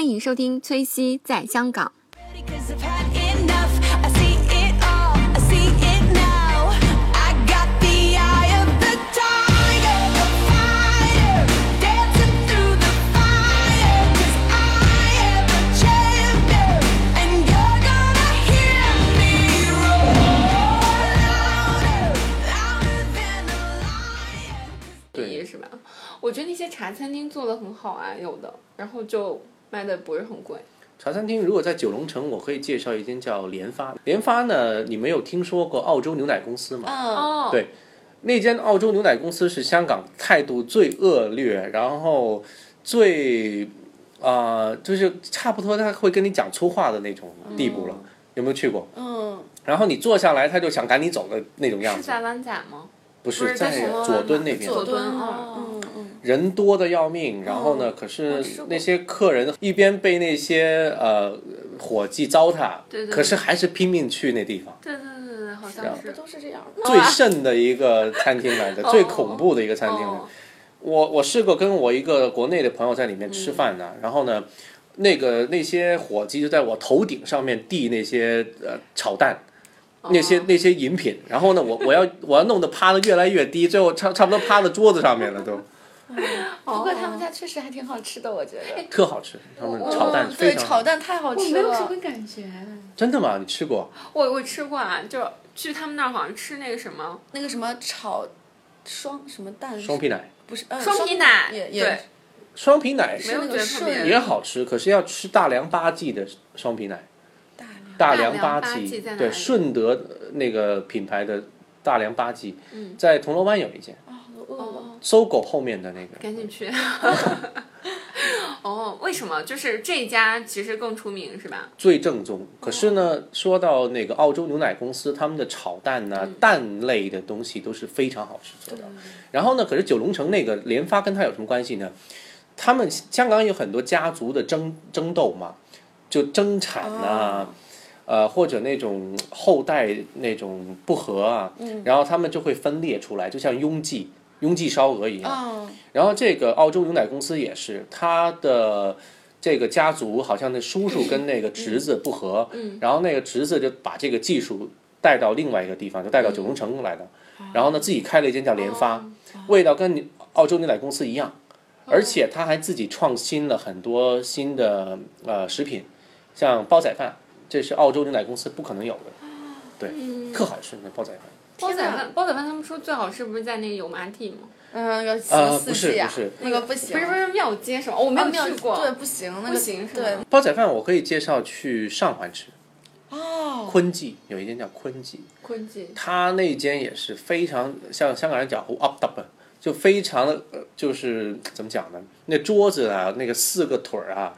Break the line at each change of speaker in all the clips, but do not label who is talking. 迎收听崔西在香港。
Cause I've had enough. I see it all. I see it now. I got the eye of the tiger, the fire, dancing through the fire. 'Cause I am the champion, and you're gonna hear me roar louder, louder than a lion.
对
是吧？我觉得那些茶餐厅做的很好啊，有的，然后就卖的不是很贵。
茶餐厅如果在九龙城，我可以介绍一间叫联发。联发呢，你们有听说过澳洲牛奶公司吗？
嗯，
哦，
对那间澳洲牛奶公司是香港态度最恶劣，然后最啊、呃就是差不多他会跟你讲粗话的那种地步了。有没有去过？
嗯，
然后你坐下来，他就想赶你走的那种样
是
子。
在湾仔吗？
不
不是在
在
铜锣湾
佐敦
吗
那边，
佐敦
哦
哦，
嗯
人多的要命。然后
嗯
呢，可是
我吃过
那些客人一边被那些呃伙计糟蹋，
对对对
可是还是拼命去那地方。
对对对对对，好
嗯，
像
不
是。
都是这样吗？
最甚的一个餐厅 来的，
哦
最恐怖的一个餐厅来的
哦，
我我试过跟我一个国内的朋友在里面吃饭呢，
嗯
然后呢，那个那些伙计就在我头顶上面递那些呃炒蛋。
哦
那些那些饮品，然后呢，我我要我要弄得趴得越来越低，最后差差不多趴到桌子上面了，都
不过
哦
他们家确实还挺好吃的，我觉得。
特好吃。他们
嗯
炒蛋非
对，
常
炒蛋太好
我
吃
没有什
了
么。感觉。
真的吗？你吃过？
我我吃过啊，就去他们那儿好像吃那个什么
那个什么炒双什么蛋
双皮奶，
不是呃
嗯双皮奶，
也
对
也，
双皮奶
没有
那
觉
个
得特别
顺
也好吃，可是要吃大良八记的双皮奶。
大
大
量
良
八
八记在哪
对
里
顺德呃那个品牌的大良八记，
嗯
在铜锣湾有一间，
啊，我饿了。
哦，
搜狗后面的那个。
赶紧去。哦，为什么？就是这家其实更出名是吧？
最正宗，可是呢，说到那个澳洲牛奶公司，他们的炒蛋呐、蛋类的东西都是非常好吃做的。然后呢，可是九龙城那个联发跟它有什么关系呢？他们香港有很多家族的争争斗嘛，就争产呐、呃，或者那种后代那种不和啊，然后他们就会分裂出来，就像拥挤拥挤烧鹅一样。
嗯，
然后这个澳洲牛奶公司也是，他的这个家族好像那叔叔跟那个侄子不和，
嗯
然后那个侄子就把这个技术带到另外一个地方，就带到九龙城来的，
嗯
然后呢自己开了一间叫联发，
哦
味道跟你澳洲牛奶公司一样，而且他还自己创新了很多新的呃食品，像煲仔饭，这是澳洲牛奶公司不可能有的，
啊
对，
嗯
特好吃那煲仔饭。
煲
天
仔
哪
饭，煲仔饭他们说最好吃不是在那个油麻地吗？
嗯，有什
呃
么四季啊
不是？
那个不行，
不是不是庙街什么？哦我没
啊，
有
没有
去过。
对，不行，那个
不行是
对
吗，
煲仔饭我可以介绍去上环吃，
哦，
坤记有一间叫坤记，
坤记。
他那间也是非常像香港人讲 up up，就非常的呃，就是怎么讲呢？那桌子啊，那个四个腿儿啊，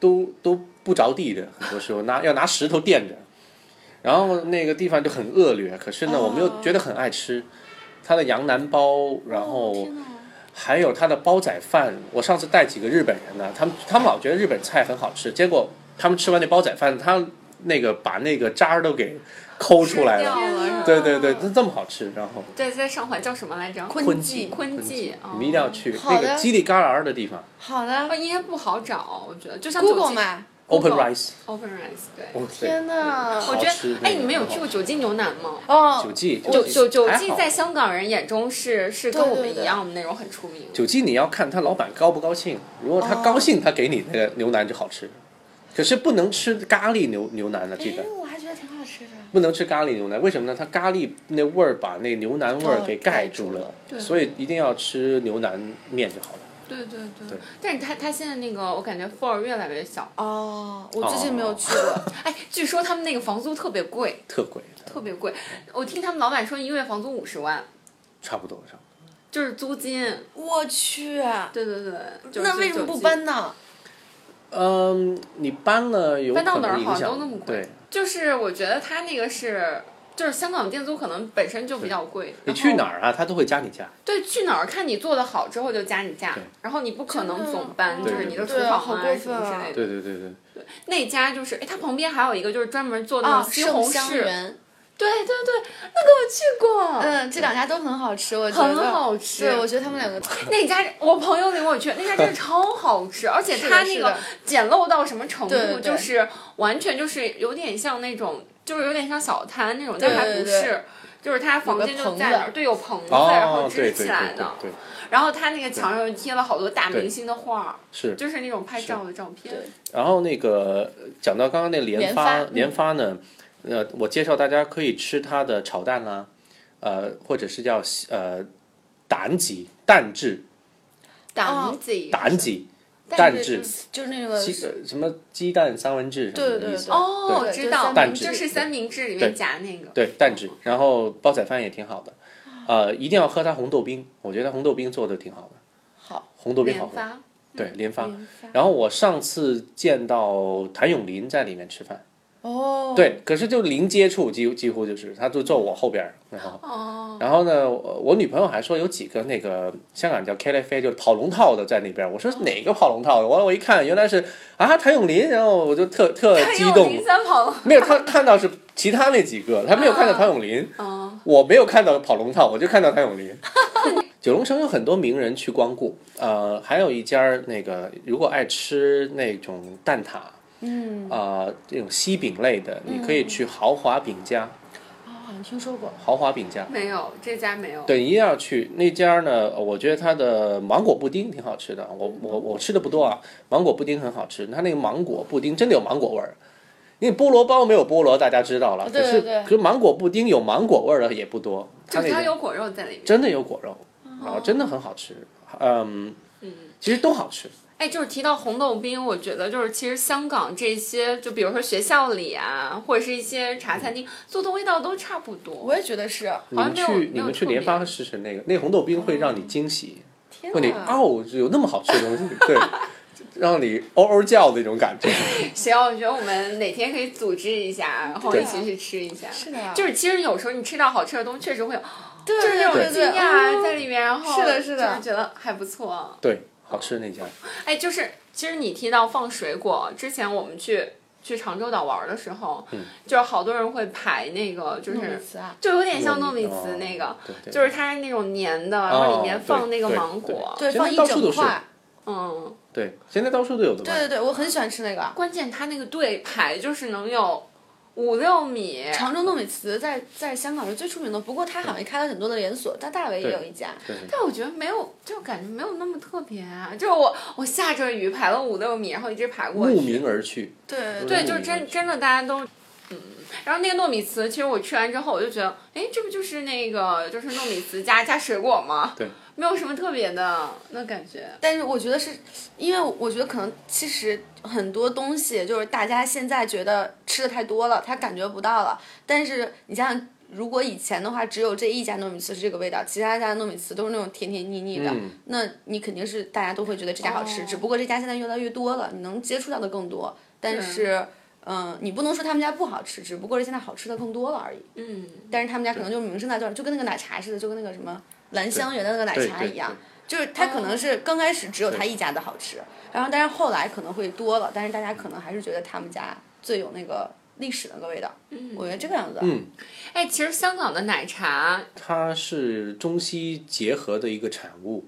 都都不着地的，很多时候拿要拿石头垫着。然后那个地方就很恶劣，可是呢，我们又觉得很爱吃，他的羊腩包，然后
哦天哪
还有他的煲仔饭。我上次带几个日本人呢，他们他们老觉得日本菜很好吃，结果他们吃完那煲仔饭，他那个把那个渣儿都给抠出来
吃
了
掉。了，
对对对，这这么好吃，然后
对，在上海叫什么来着？
坤
坤
记
记
坤
记
记，哦
你们一定要去
好
那
的
个叽里嘎啦的地方
好
哦，
的
应该不好找，我觉得。就像酒
，Google
精
嘛，
，Open
Google
Rice。
Open Rice，对。
哦，对，
天哪，
我觉
好吃
得，
那
哎，
个
你们有
很好
去过九记牛腩吗？
哦，
九记
九九九
还
记
好
在香港人眼中是是跟
对
我
对
们一
对
样的那种很出名。
九记，你要看他老板高不高兴。如果他高兴，他给你那个牛腩就好吃。可是不能吃咖喱牛牛腩的，记得
哦哎，我还觉得挺好吃的。
不能吃咖喱牛腩。为什么呢？它咖喱那味儿把那牛腩味儿
哦
给
盖
盖
住
住
了
了，
对
所以一定要吃牛腩面就好了。
对对对
对
但是他他现在那个，我感觉 f 越来越小。
哦，我最近没有去过，
哎，据说他们那个房租特别贵，
特贵，
特别贵。我听他们老板说，一个月房租五十万，
差不多差不多。
就是租金。
我去，
对对对。就是
那为什么
九
不
记？
搬呢？
嗯，你搬了有
搬到
可
哪
能
儿
影
好像
响
都那么贵
对，
就是我觉得他那个是。就是香港店租可能本身就比较贵，
你
然后
去哪儿啊，他都会加你价。
对，去哪儿看你做的好之后就加你价
对，
然后你不可能
真的
总搬，就
对
是
对
你的厨
对
房
好
啊
过
什么
分
之
啊
类的。
对对对对。
那家就是，哎，它旁边还有一个就是专门做那
啊，
种西红
盛香
柿，
园，
对对对，那个我去过，
嗯，这两家都很好吃，我觉得
很好吃
对，我觉得他们两个，
那家我朋友领我去，那家真的超好吃，而且
是的
它那
是
个
的
简陋到什么程
对
度，
对
就是完全就是有点像那种，就是有点像小摊那种，
对
但还不
对对
是。就是它房间就在那
有个棚
儿，对，有棚
子
子，然后
哦，
支
对
起
对对
来
对
的。
对，
然后它那个墙上贴了好多大明星的画儿，
是。
就是那种拍照的照片。哦
对
然后那个呃讲到刚刚那联发
联发嗯
联发呢，呃，我介绍大家可以吃它的炒蛋啦、呃，或者是叫呃蛋鸡蛋治
胆
党
子
蛋鸡
但
蛋治
就是那个
鸡呃什么鸡蛋三文治什么
对
的
对
意
对
思。
哦，我
对
知
就
道
三，
明治
就是三明治里面夹那个。
对蛋治，然后煲仔饭也挺好的，呃，一定要喝它红豆冰，我觉得红豆冰做的挺好的，
好，
红豆冰好
研
喝，
发
对联发。
研发
然后我上次见到谭咏麟在里面吃饭，
哦，，
对，可是就零接触，几乎几乎就是他就坐我后边儿，然后
哦，
然后呢，我我女朋友还说有几个那个香港叫 K L F 就是跑龙套的在那边儿，我
哦
说哪个跑龙套的？我我一看原来是啊谭咏麟，然后我就特特
他
激
用
动
哎林，三跑了。
没有他看到是其他那几个，他没有看到谭咏 麟。
哦。
我没有看到跑龙套，我就看到谭咏麟。 九龙城有很多名人去光顾，呃，还有一家儿那个，如果爱吃那种蛋挞，
嗯，
啊、这种西饼类的，你可以去豪华饼家，
啊，好像听说过，
豪华饼家，
没有，这家没有。
对，一定要去那家儿呢。呃我觉得它的芒果布丁挺好吃的，我我我吃的不多啊，芒果布丁很好吃，它那个芒果布丁真的有芒果味儿。因为菠萝包没有菠萝，大家知道了。
对对对
可是可是芒果布丁有芒果味儿的也不多，它
就
那
是它
个
有哦果肉在里面。
真的有果肉，啊，真的很好吃。嗯，其实都好吃。
哎，就是提到红豆冰，我觉得就是其实香港这些，就比如说学校里啊，或者是一些茶餐厅做的味道都差不多。
我也觉得是，
你们
像啊没有
去
没
你
有
们去
特别
联发试试那个，那红豆冰会让你惊喜，
天
会你
哪！
哦，有那么好吃的东西， 对，让你嗷嗷叫的那种感觉。
谁要我觉得我们哪天可以组织一下，然后
对
一起去吃一下。
是的
就是其实有时候你吃到好吃的东西，确实会有
对
就是那
对
种惊
对，哦
讶
对
在里面，然后
是的是的
哦就是觉得还不错。
对，好吃那家，
哎，就是其实你提到放水果，之前我们去去长洲岛玩的时候，
嗯
就是好多人会排那个，就
嗯
是
词啊，
就有点像
糯
糯
米
米
哦
糍那个，
对对
就是它是那种粘的，然
哦
后里面
对
放那个
对
芒果，
对，
现在
放一
到处
整
都是
块，
嗯，
对，现在到处都有的
对
卖
对。对，我很喜欢吃那个。
关键它那个队排就是能有五六米，
常州糯米糍在在香港是最出名的，不过它好像开了很多的连锁，但大围也有一家。
对对
但我觉得没有，就感觉没有那么特别啊，就是我我下着雨排了五六米，然后一直排过
慕
去，
名而去，
对
对
对，就是真真的大家都。嗯，然后那个糯米糍，其实我吃完之后，我就觉得，哎，这不就是那个就是糯米糍加加水果吗？
对，
没有什么特别的那感觉。
但是我觉得是因为我觉得可能其实很多东西就是大家现在觉得吃的太多了，他感觉不到了。但是你想想，如果以前的话，只有这一家糯米糍是这个味道，其他家的糯米糍都是那种甜甜腻腻的，
嗯
那你肯定是大家都会觉得这家好吃。
哦
只不过这家现在越来越多了，你能接触到的更多，但是。嗯，你不能说他们家不好吃，只不过是现在好吃的更多了而已。
嗯，
但是他们家可能就名声在这儿，就跟那个奶茶似的，就跟那个什么兰香园的那个奶
对
茶
对
一样。就是它可能
哦
是刚开始只有它一家的好吃，然后但是后来可能会多了，但是大家可能还是觉得他们家最有那个历史的那个味道。我觉得这个样子。
嗯，
哎，其实香港的奶茶
它是中西结合的一个产物。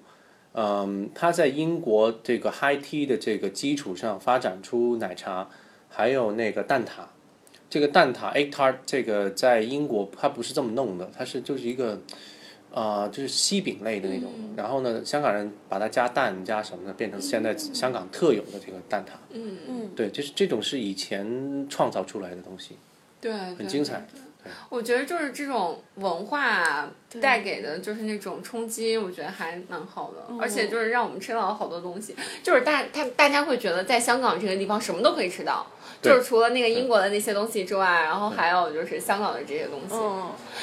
嗯，它在英国这个 high tea 的这个基础上发展出奶茶，还有那个蛋挞。这个蛋挞 egg tart 这个在英国它不是这么弄的，它是就是一个，呃，就是西饼类的那种。
嗯
然后呢，香港人把它加蛋加什么的，变成现在香港特有的这个蛋挞。
嗯
嗯
对，就是这种是以前创造出来的东西，
对，
很
对
精彩。
我觉得就是这种文化带给的，就是那种冲击，我觉得还蛮好的，
哦
而且就是让我们吃到了好多东西。就是大他大家会觉得在香港这个地方什么都可以吃到，
对
就是除了那个英国的那些东西之外，然后还有就是香港的这些东西。
哦
嗯，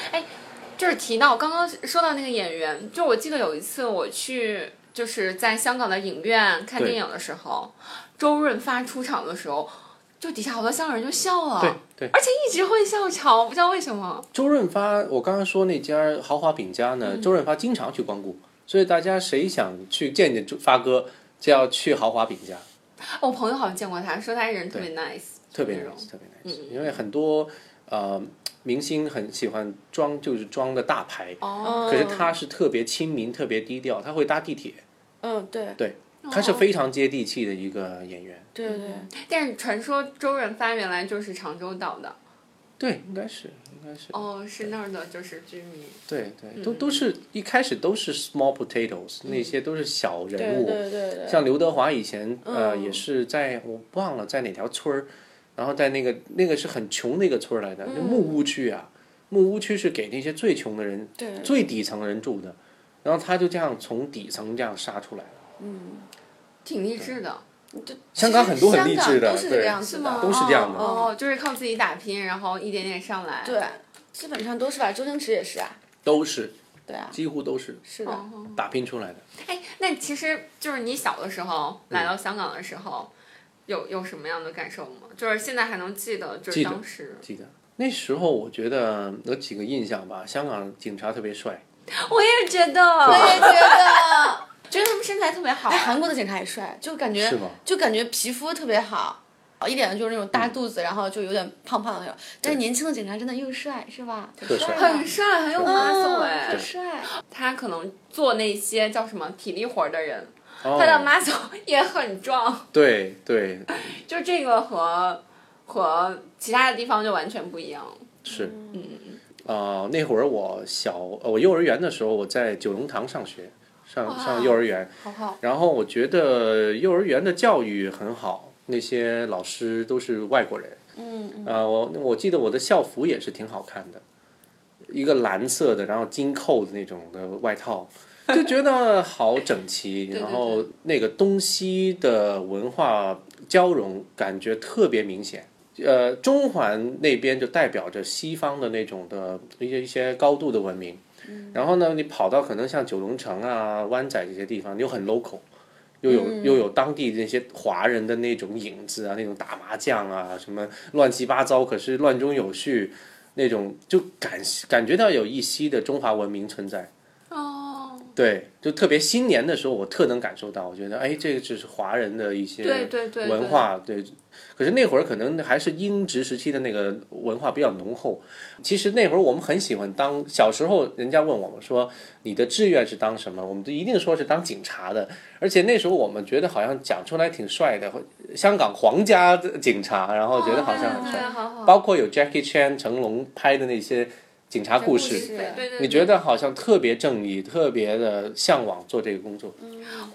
就是提到刚刚说到那个演员，就我记得有一次我去就是在香港的影院看
对
电影的时候，周润发出场的时候，就底下好多香港人就笑了，
对对。
而且一直会笑场，不知道为什么。
周润发，我刚刚说那家豪华饼家呢，周润发经常去光顾，所以大家谁想去见见周发哥，就要去豪华饼家，
我朋友好像见过他，说他人特别 nice，
特别
这种
nice，特别 nice，因为很多呃明星很喜欢装，就是装的大牌，
哦，
可是他是特别亲民、特别低调，他会搭地铁，
嗯，对
对，他是非常接地气的一个演员。
对对，
但是传说周润发原来就是常州岛的，
对，应该是，应该是，
哦，是那儿的，就是居民。
对对，都都是一开始都是 small potatoes，那些都是小人
对
物，
对对对，
像刘德华以前呃
嗯
也是在我忘了在哪条村儿，然后在那个那个是很穷的一个村儿来的，就木
嗯
屋区啊，木屋区是给那些最穷的人、
对
最底层的人住的，然后他就这样从底层这样杀出来了。
挺励志的，
香港很多很励志的，
都是这个
对，
样子
是吗
的，
都是这样的
哦，哦就是靠自己打拼，然后一点点上来。
嗯对，基本上都是吧。周星驰也是啊，
都是
对啊，
几乎都是
是的，
哦，
打拼出来的。
哎，那其实就是你小的时候
嗯
来到香港的时候，有有什么样的感受吗？就是现在还能记得，就是
记得
当时，
记得那时候，我觉得有几个印象吧。香港警察特别帅，
我也觉得，
也觉得。
觉得他们身材特别好啊
哎，。 韩国的警察也帅，就感觉
是吗
就感觉皮肤特别好，一脸就是那种大肚子，然后就有点胖胖的那种。但是年轻的警察真的又帅，是吧？
嗯特帅
啊
很帅，很有
嗯
muscle 哎
很，帅。
他可能做那些叫什么体力活儿的人，
哦
他的 muscle 也很壮，
对对
就这个和和其他的地方就完全不一样。
是，呃，那会儿我小，呃我幼儿园的时候，我在九龙塘上学，上上幼儿园，
好好，
然后我觉得幼儿园的教育很好，那些老师都是外国人。
嗯，嗯
呃，我我记得我的校服也是挺好看的，一个蓝色的，然后金扣的那种的外套，就觉得好整齐。
对
然后那个东西的文化交融感觉特别明显。呃，中环那边就代表着西方的那种的一些一些高度的文明，然后呢，你跑到可能像九龙城啊、湾仔这些地方，你又很 local，又有、又有当地那些华人的那种影子啊，那种打麻将啊，什么乱七八糟，可是乱中有序，那种就感感觉到有一息的中华文明存在。
哦，
对，就特别新年的时候，我特能感受到，我觉得哎，这个就是华人的一些
对对对，
文化对可是那会儿可能还是英殖时期的那个文化比较浓厚。其实那会儿我们很喜欢当，小时候人家问我们说你的志愿是当什么，我们就一定说是当警察的。而且那时候我们觉得好像讲出来挺帅的，香港皇家的警察，然后觉得好像很
哦对
帅。
对嗯好好。
包括有 Jackie Chan、成龙拍的那些警察故
故
事，
事
对对对，
你觉得好像特别正义，特别的向往做这个工作。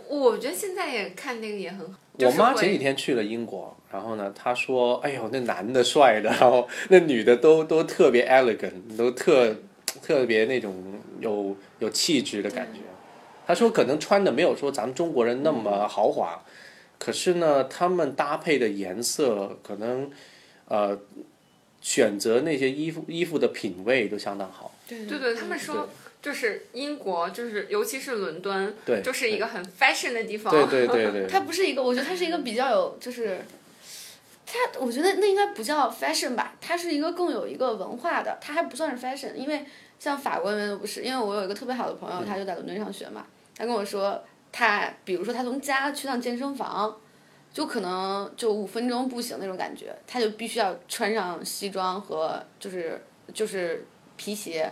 我觉得现在也看那个也很好。
我妈
嗯就是会
前几天去了英国，然后呢，她说：“哎呦，那男的帅的，然后那女的都都特别 elegant，都特特别那种有有气质的感觉。”她说可能穿的没有说咱们中国人那么
嗯
豪华，可是呢，他们搭配的颜色可能呃选择那些衣服衣服的品味都相当好。
对
对对，他们说就是英国，就是尤其是伦敦，
对
就是一个很 fashion 的地方。
对对对 对，
他不是一个，我觉得他是一个比较有，就是他，我觉得那应该不叫 fashion 吧，他是一个更有一个文化的，他还不算是 fashion，因为像法国人不是，因为我有一个特别好的朋友，他就在伦敦上学嘛，他跟我说，他比如说他从家去趟健身房。就可能就五分钟步行那种感觉，他就必须要穿上西装和就是就是皮鞋，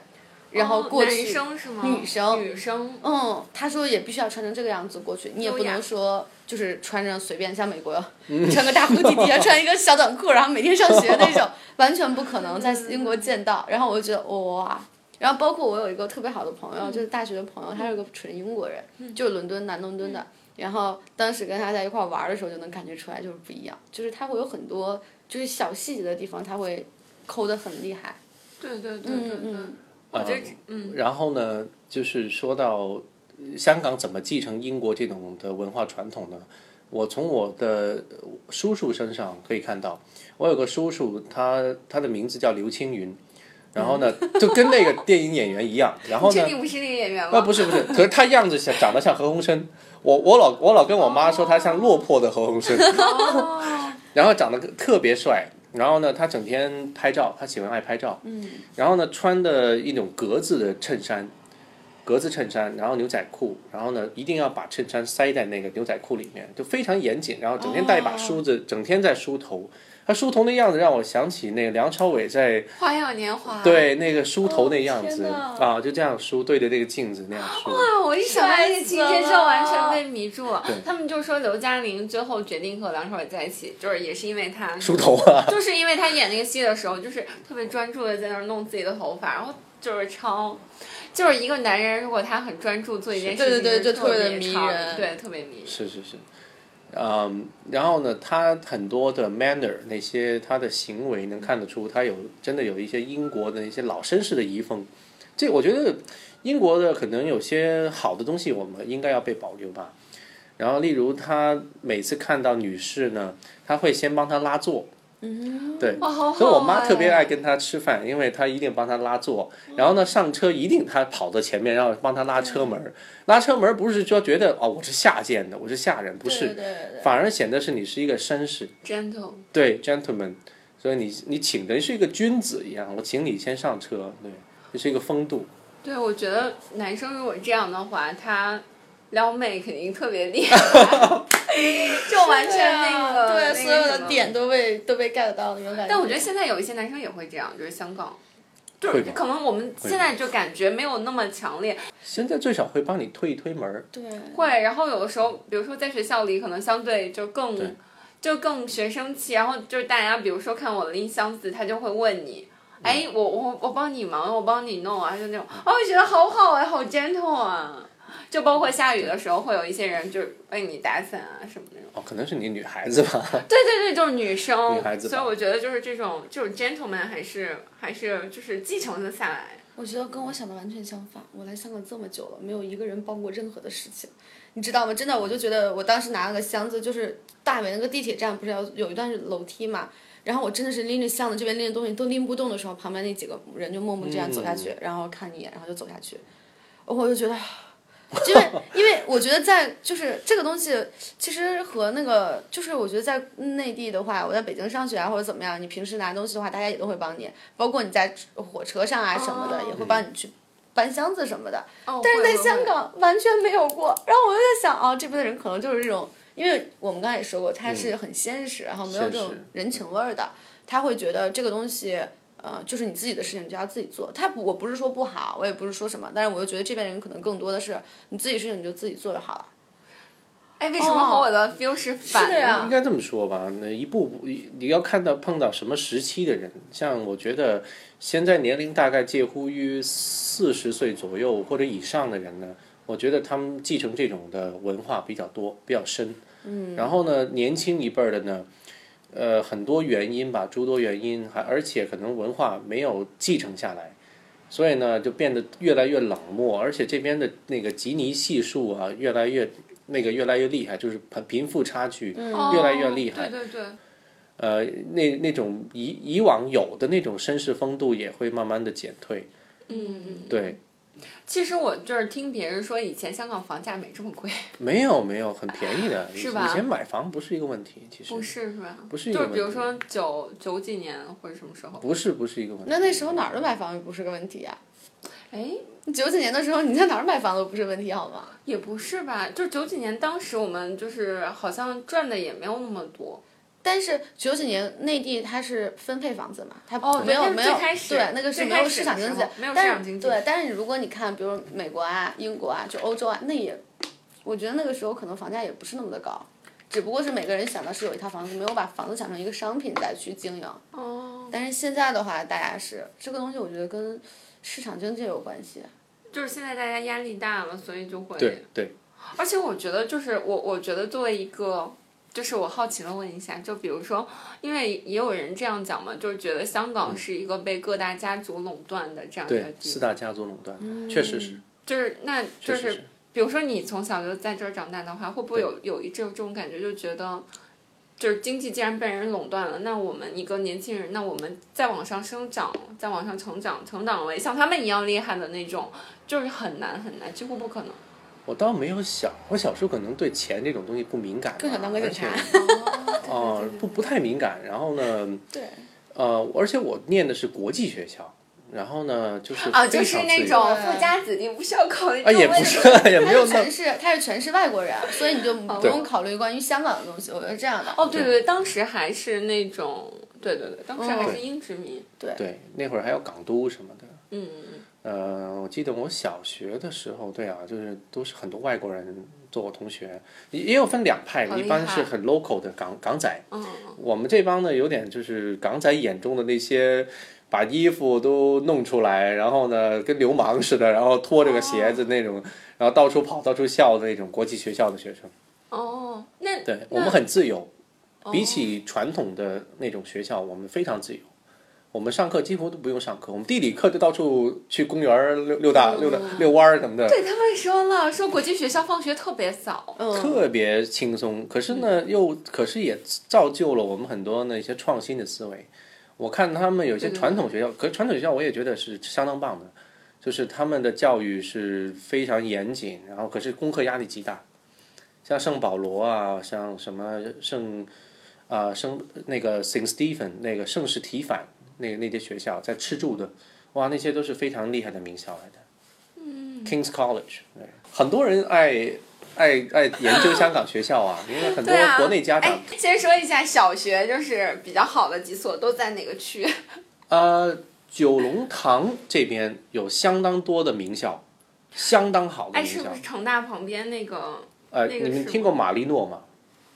然后
哦
过去、
男生是吗？
女生
女生。
嗯，他说也必须要穿成这个样子过去，你也不
优雅
能说就是穿着随便，像 美国
嗯
穿个大蝴蝶结，穿一个小短裤，然后每天上学那 种，完全不可能在英国见到。然后我就觉得哇，然后包括我有一个特别好的朋友，就是大学的朋友，他是个纯英国人，就是伦敦南伦敦的。然后当时跟他在一块儿玩儿的时候，就能感觉出来就是不一样，就是他会有很多就是小细节的地方，他会抠得很厉害。
对对对对对。
嗯
我觉得
嗯
这嗯，
然后呢，就是说到呃香港怎么继承英国这种的文化传统呢？我从我的呃叔叔身上可以看到，我有个叔叔，他他的名字叫刘青云，然后 呢，就跟那个电影演员一样，然后
你
呢
确，定不是那个演员
啊，
吗？
不是 不是，可是他样子像长得像何鸿燊，我我老我老跟我妈说他像落魄的何鸿燊，
哦
然后长得特别帅，然后呢，他整天拍照，他喜欢爱拍照，嗯，然后呢，穿的一种格子的衬衫，格子衬衫，然后牛仔裤，然后呢，一定要把
哦
衬衫塞在那个牛仔裤里面，就非常严谨，然后整天带一把梳子，整天在梳头，他梳头那样子让我想起那个梁朝伟在
花样年华。
对那个梳头那样
哦天
子、
哪
啊，就这样梳，对着那个镜子那样梳。
啊！我一想到那个情节就完全被迷住了
对。
他们就说刘嘉玲最后决定和梁朝伟在一起，就是也是因为他
梳头啊，
就是因为他演那个戏的时候，就是特别专注的在那儿弄自己的头发，然后就是超，就是一个男人，如果他很专注做一件事情，
对对对
就
就
特
特
别
别迷
超
人
对，特别迷 人。
是是是，嗯，然后呢，他很多的 manner 那些他的行为能看得出，他有真的有一些英国的一些老绅士的遗风。这我觉得英国的可能有些好的东西，我们应该要被保留吧。然后，例如他每次看到女士呢，他会先帮她拉坐。嗯，对，
哇，好好、哎。
所以我妈特别爱跟她吃饭，因为她一定帮她拉座，然后呢上车一定她跑到前面，然后帮她拉车门儿。拉车门儿不是说觉得哦我是下贱的，我是下人，不
对对
是，
对
反而显得是你是一个绅士，
gentle。
对 gentleman，所以你你请的是一个君子一样，我请你先上车，对，这是一个风度。
对，我觉得男生如果这样的话，他撩妹肯定特别厉 害，就完全那个
啊对
那
啊
个
对所有
什
的
么
点都被都被 get 到那种感觉。
但我觉得现在有一些男生也会这样，就是香港，就
会
是
吗
可能我们现在就感觉没有那么强烈，
现在最少会帮你推一推门儿，
对
会。然后有的时候，比如说在学校里，可能相对就
对
更就更学生气，然后就是大家比如说看我的一箱子，他就会问你。哎，我我我帮你忙，我帮你弄啊，就那种，哦，我觉得好好哎，好 gentle 啊，就包括下雨的时候，会有一些人就是为你打伞啊什么那种。
哦，可能是你女孩子吧，
对对对，就是女生，
女孩子吧
所以我觉得就是这种这种 gentleman 还是还是就是继承了下来。
我觉得跟我想的完全相反。我来香港这么久了，没有一个人帮过任何的事情，你知道吗？真的，我就觉得我当时拿了个箱子，就是大美那个地铁站不是要有一段是楼梯嘛，然后我真的是拎着箱子这边拎着东西都拎不动的时候，旁边那几个人就默默这样走下去，然后看你一眼，然后就走下去，我就觉得。 因为，因为我觉得在就是这个东西，其实和那个就是我觉得在内地的话，我在北京上学啊或者怎么样，你平时拿东西的话，大家也都会帮你，包括你在火车上啊什么的，
哦
也会帮你去搬箱子什么的。
哦
但是
会
在
会会
香港完全没有过。然后我就在想，哦，这边的人可能就是这种，因为我们刚才也说过，他是很现实，然后没有这种
嗯现实嗯
人情味儿的，他会觉得这个东西。呃，就是你自己的事情，你就要自己做。他不，我不是说不好，我也不是说什么，但是我就觉得这边人可能更多的是你自己事情你就自己做就好了。
哎，为什么和我的 feel 是反
是
的
啊
应该这么说吧，那一步步一你要看到碰到什么时期的人，像我觉得现在年龄大概介乎于四十岁左右或者以上的人呢，我觉得他们继承这种的文化比较多，比较深。嗯，然后呢，年轻一辈儿的呢，呃，很多原因吧，诸多原因，还而且可能文化没有继承下来。所以呢，就变得越来越冷漠，而且这边的那个吉尼系数啊，越来越那个越来越厉害，就是贫贫富差距越来越厉害。
哦对对对，
呃，那那种以以往有的那种绅士风度也会慢慢的减退。
嗯，
对，
其实我就是听别人说，以前香港房价没这么 贵，
没有没有，很便宜的，
是
以
吧
前买房不是一个问题，其实
不是是吧？
不是一
就
个问
是
题
比如说九九几年或者什么时候，
不是不是一个问题。
那那时候哪儿的买房也不是个问题呀、
哎，
九几年的时候你在哪儿买房都不是问题，好吗？
也不是吧？就是九几年当时我们就是好像赚的也没有那么多，
但是九几年内地它是分配房子嘛，它
哦
没有、
对那是
没
最
有
开始
对那个是
最
没
开
有
始
市场
的
经
时
济
候，没有市
但
场经济
对，但是如果你看，比如美国啊、英国啊，就欧洲啊，那也，我觉得那个时候可能房价也不是那么的高，只不过是每个人想的是有一套房子，没有把房子想成一个商品再去经营。
哦，
但是现在的话，大家是这个东西，我觉得跟市场经济有关系。
就是现在大家压力大了，所以就会
对对，
而且我觉得，就是我，我觉得作为一个，就是我好奇的问一下，就比如说，因为也有人这样讲嘛，就是觉得香港是一个被各大家族垄断的这样一个
嗯对，
地
四
方，
大家族垄断，确实是，
就是那嗯就
确实
是，比如说你从小就在这儿长大的话，会不
对
会有有一这种这种感觉，就觉得，就是经济既然被人垄断了，那我们一个年轻人，那我们再往上生长，再往上成长，成长为像他们一样厉害的那种，就是很难很难，几乎不可能。
我倒没有想，我小时候可能对钱这种东西不敏感吧，
更想当个警察
而且
哦
哦，不不太敏感。然后呢，
对，
呃，而且我念的是国际学校，然后呢，就是
啊，就
非
是
常
那
自由
种富家子弟不需要考虑
啊，
这
也
种
不
问
是
题。
也没有
他
那
全是他是全是外国人，所以你就不
对
用考虑关于香港的东西。我觉得这样的，
哦，对对，对当时还是那种，对对对，当时
哦
还是英殖民。
对，那会儿还有港都什么的。
嗯嗯嗯，
呃，我记得我小学的时候，对啊，就是都是很多外国人做我同学，也也有分两派，
好
一
厉
般是
害
很 local 的港港仔，
嗯嗯
我们这帮呢有点就是港仔眼中的那些。把衣服都弄出来，然后呢，跟流氓似的，然后拖着个
哦
鞋子那种，然后到处跑、到处笑的那种国际学校的学生。
哦，那
对
那哦
我们很自由，比起传统的那种学校，我们非常自由。我们上课几乎都不用上课，我们地理课就到处去公园儿溜溜达、溜达、遛弯儿什么的，
嗯对他们说了，说国际学校放学特别早。
嗯，
特别轻松。可是呢，
嗯
又可是也造就了我们很多那些创新的思维。我看他们有些传统学校，可是传统学校我也觉得是相当棒的，就是他们的教育是非常严谨，然后可是功课压力极大。像圣保罗啊，像什么圣啊、圣那个 Saint Stephen 那个圣士提反那那些学校在吃住的，哇，那些都是非常厉害的名校来的。嗯，King's College，对很多人爱爱爱研究香港学校啊，因为很多
对啊，
国内家长
哎， 先说一下小学，就是比较好的几所都在哪个区？
嗯呃，九龙塘这边有相当多的名校，相当好的
哎，
名
是
校
不。是成大旁边那个
呃，
那个
你们
是
听过马利诺吗？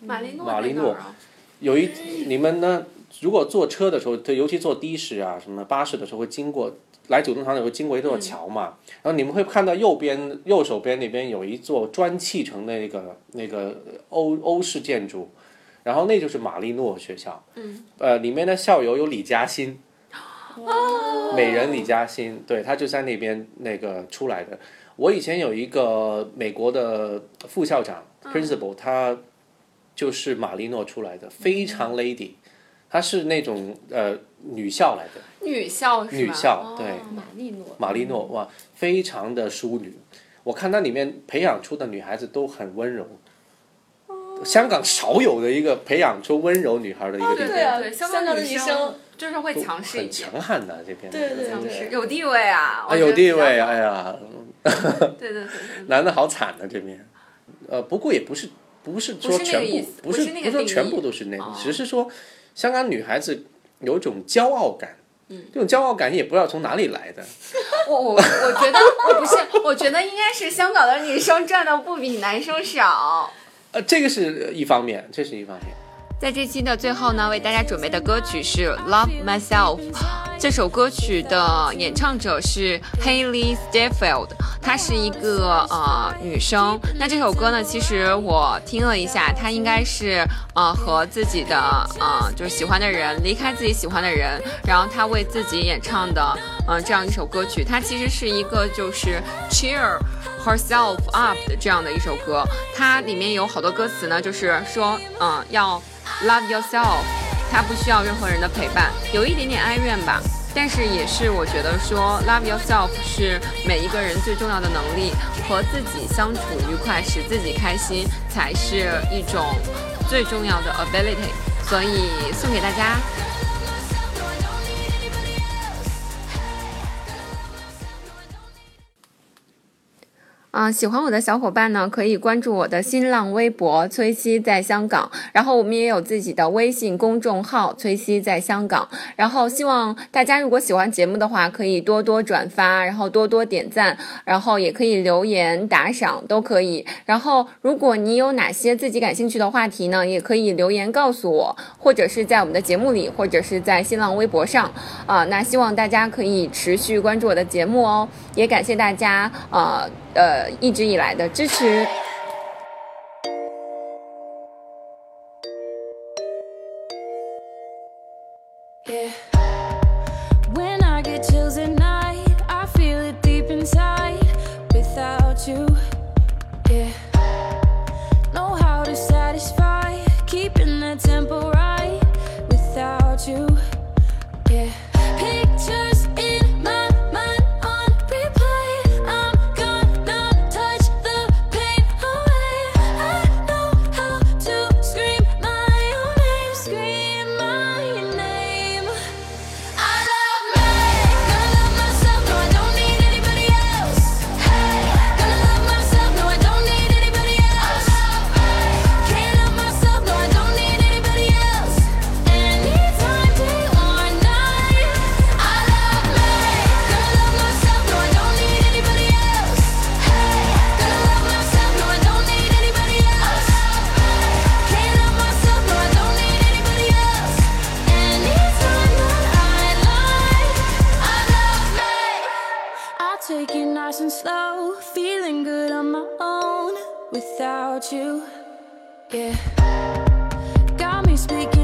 嗯
马利诺
马
在
利
哪
诺
儿啊？
有一你们呢，如果坐车的时候，对，尤其坐的士啊、什么巴士的时候，会经过来九龙塘的时候经过一座桥
嗯
嘛，然后你们会看到右边右手边那边有一座砖砌成的那个那个欧欧式建筑，然后那就是马利诺学校。嗯。呃，里面的校友有李嘉欣。美人李嘉欣，对，她就在那边那个出来的。我以前有一个美国的副校长
嗯
principal，、他就是马利诺出来的，非
嗯
常 lady，她是那种呃女校来的，
女校是吧？
女校
哦
对
马利诺，
马利诺哇，非常的淑女。我看那里面培养出的女孩子都很温柔，
哦
香港少有的一个培养出温柔女孩的一个地
对
方，
对啊
对，
香港
的
的
女
女
生
生
就是会强势一
很
点，
强悍的这边，
对对
强
对
势有地位啊，我
啊
觉
有
得比
地
较
位，
好
哎呀，
对对对对，
男的好惨啊的这边，呃，不过也不是不是说
不是那
全
个意
部
思，
不
不
是
是那个
说
定义
全部都是那个
哦，
只是说香港女孩子有种骄傲感，
嗯
这种骄傲感也不知道从哪里来的，
我我我觉得我不是，我觉得应该是香港的女生赚的不比男生少。
呃，这个是一方面，这是一方面。
在这期的最后呢，为大家准备的歌曲是《Love Myself》。这首歌曲的演唱者是 Haley Steinfeld，她是一个呃女生。那这首歌呢，其实我听了一下，她应该是呃和自己的呃就是喜欢的人离开自己喜欢的人，然后她为自己演唱的嗯、呃这样一首歌曲。它其实是一个就是 cheer herself up 的这样的一首歌，它里面有好多歌词呢，就是说嗯、呃要 love yourself。他不需要任何人的陪伴，有一点点哀怨吧。但是也是我觉得说，love yourself 是每一个人最重要的能力，和自己相处愉快，使自己开心，才是一种最重要的 ability。所以送给大家。嗯，喜欢我的小伙伴呢，可以关注我的新浪微博“崔西在香港”，然后我们也有自己的微信公众号“崔西在香港”。然后希望大家如果喜欢节目的话，可以多多转发，然后多多点赞，然后也可以留言打赏都可以。然后如果你有哪些自己感兴趣的话题呢，也可以留言告诉我，或者是在我们的节目里，或者是在新浪微博上。啊、那希望大家可以持续关注我的节目哦，也感谢大家呃呃一直以来的支持。
When I get chills at night, I feel it deep inside without you. Yeah. Know how to satisfy, keeping the tempo right without you. Yeah. Pictures in my mind on replay. I'm gonna touch the pain. take it nice and slow. Feeling good on my own without you. Yeah. Got me speaking.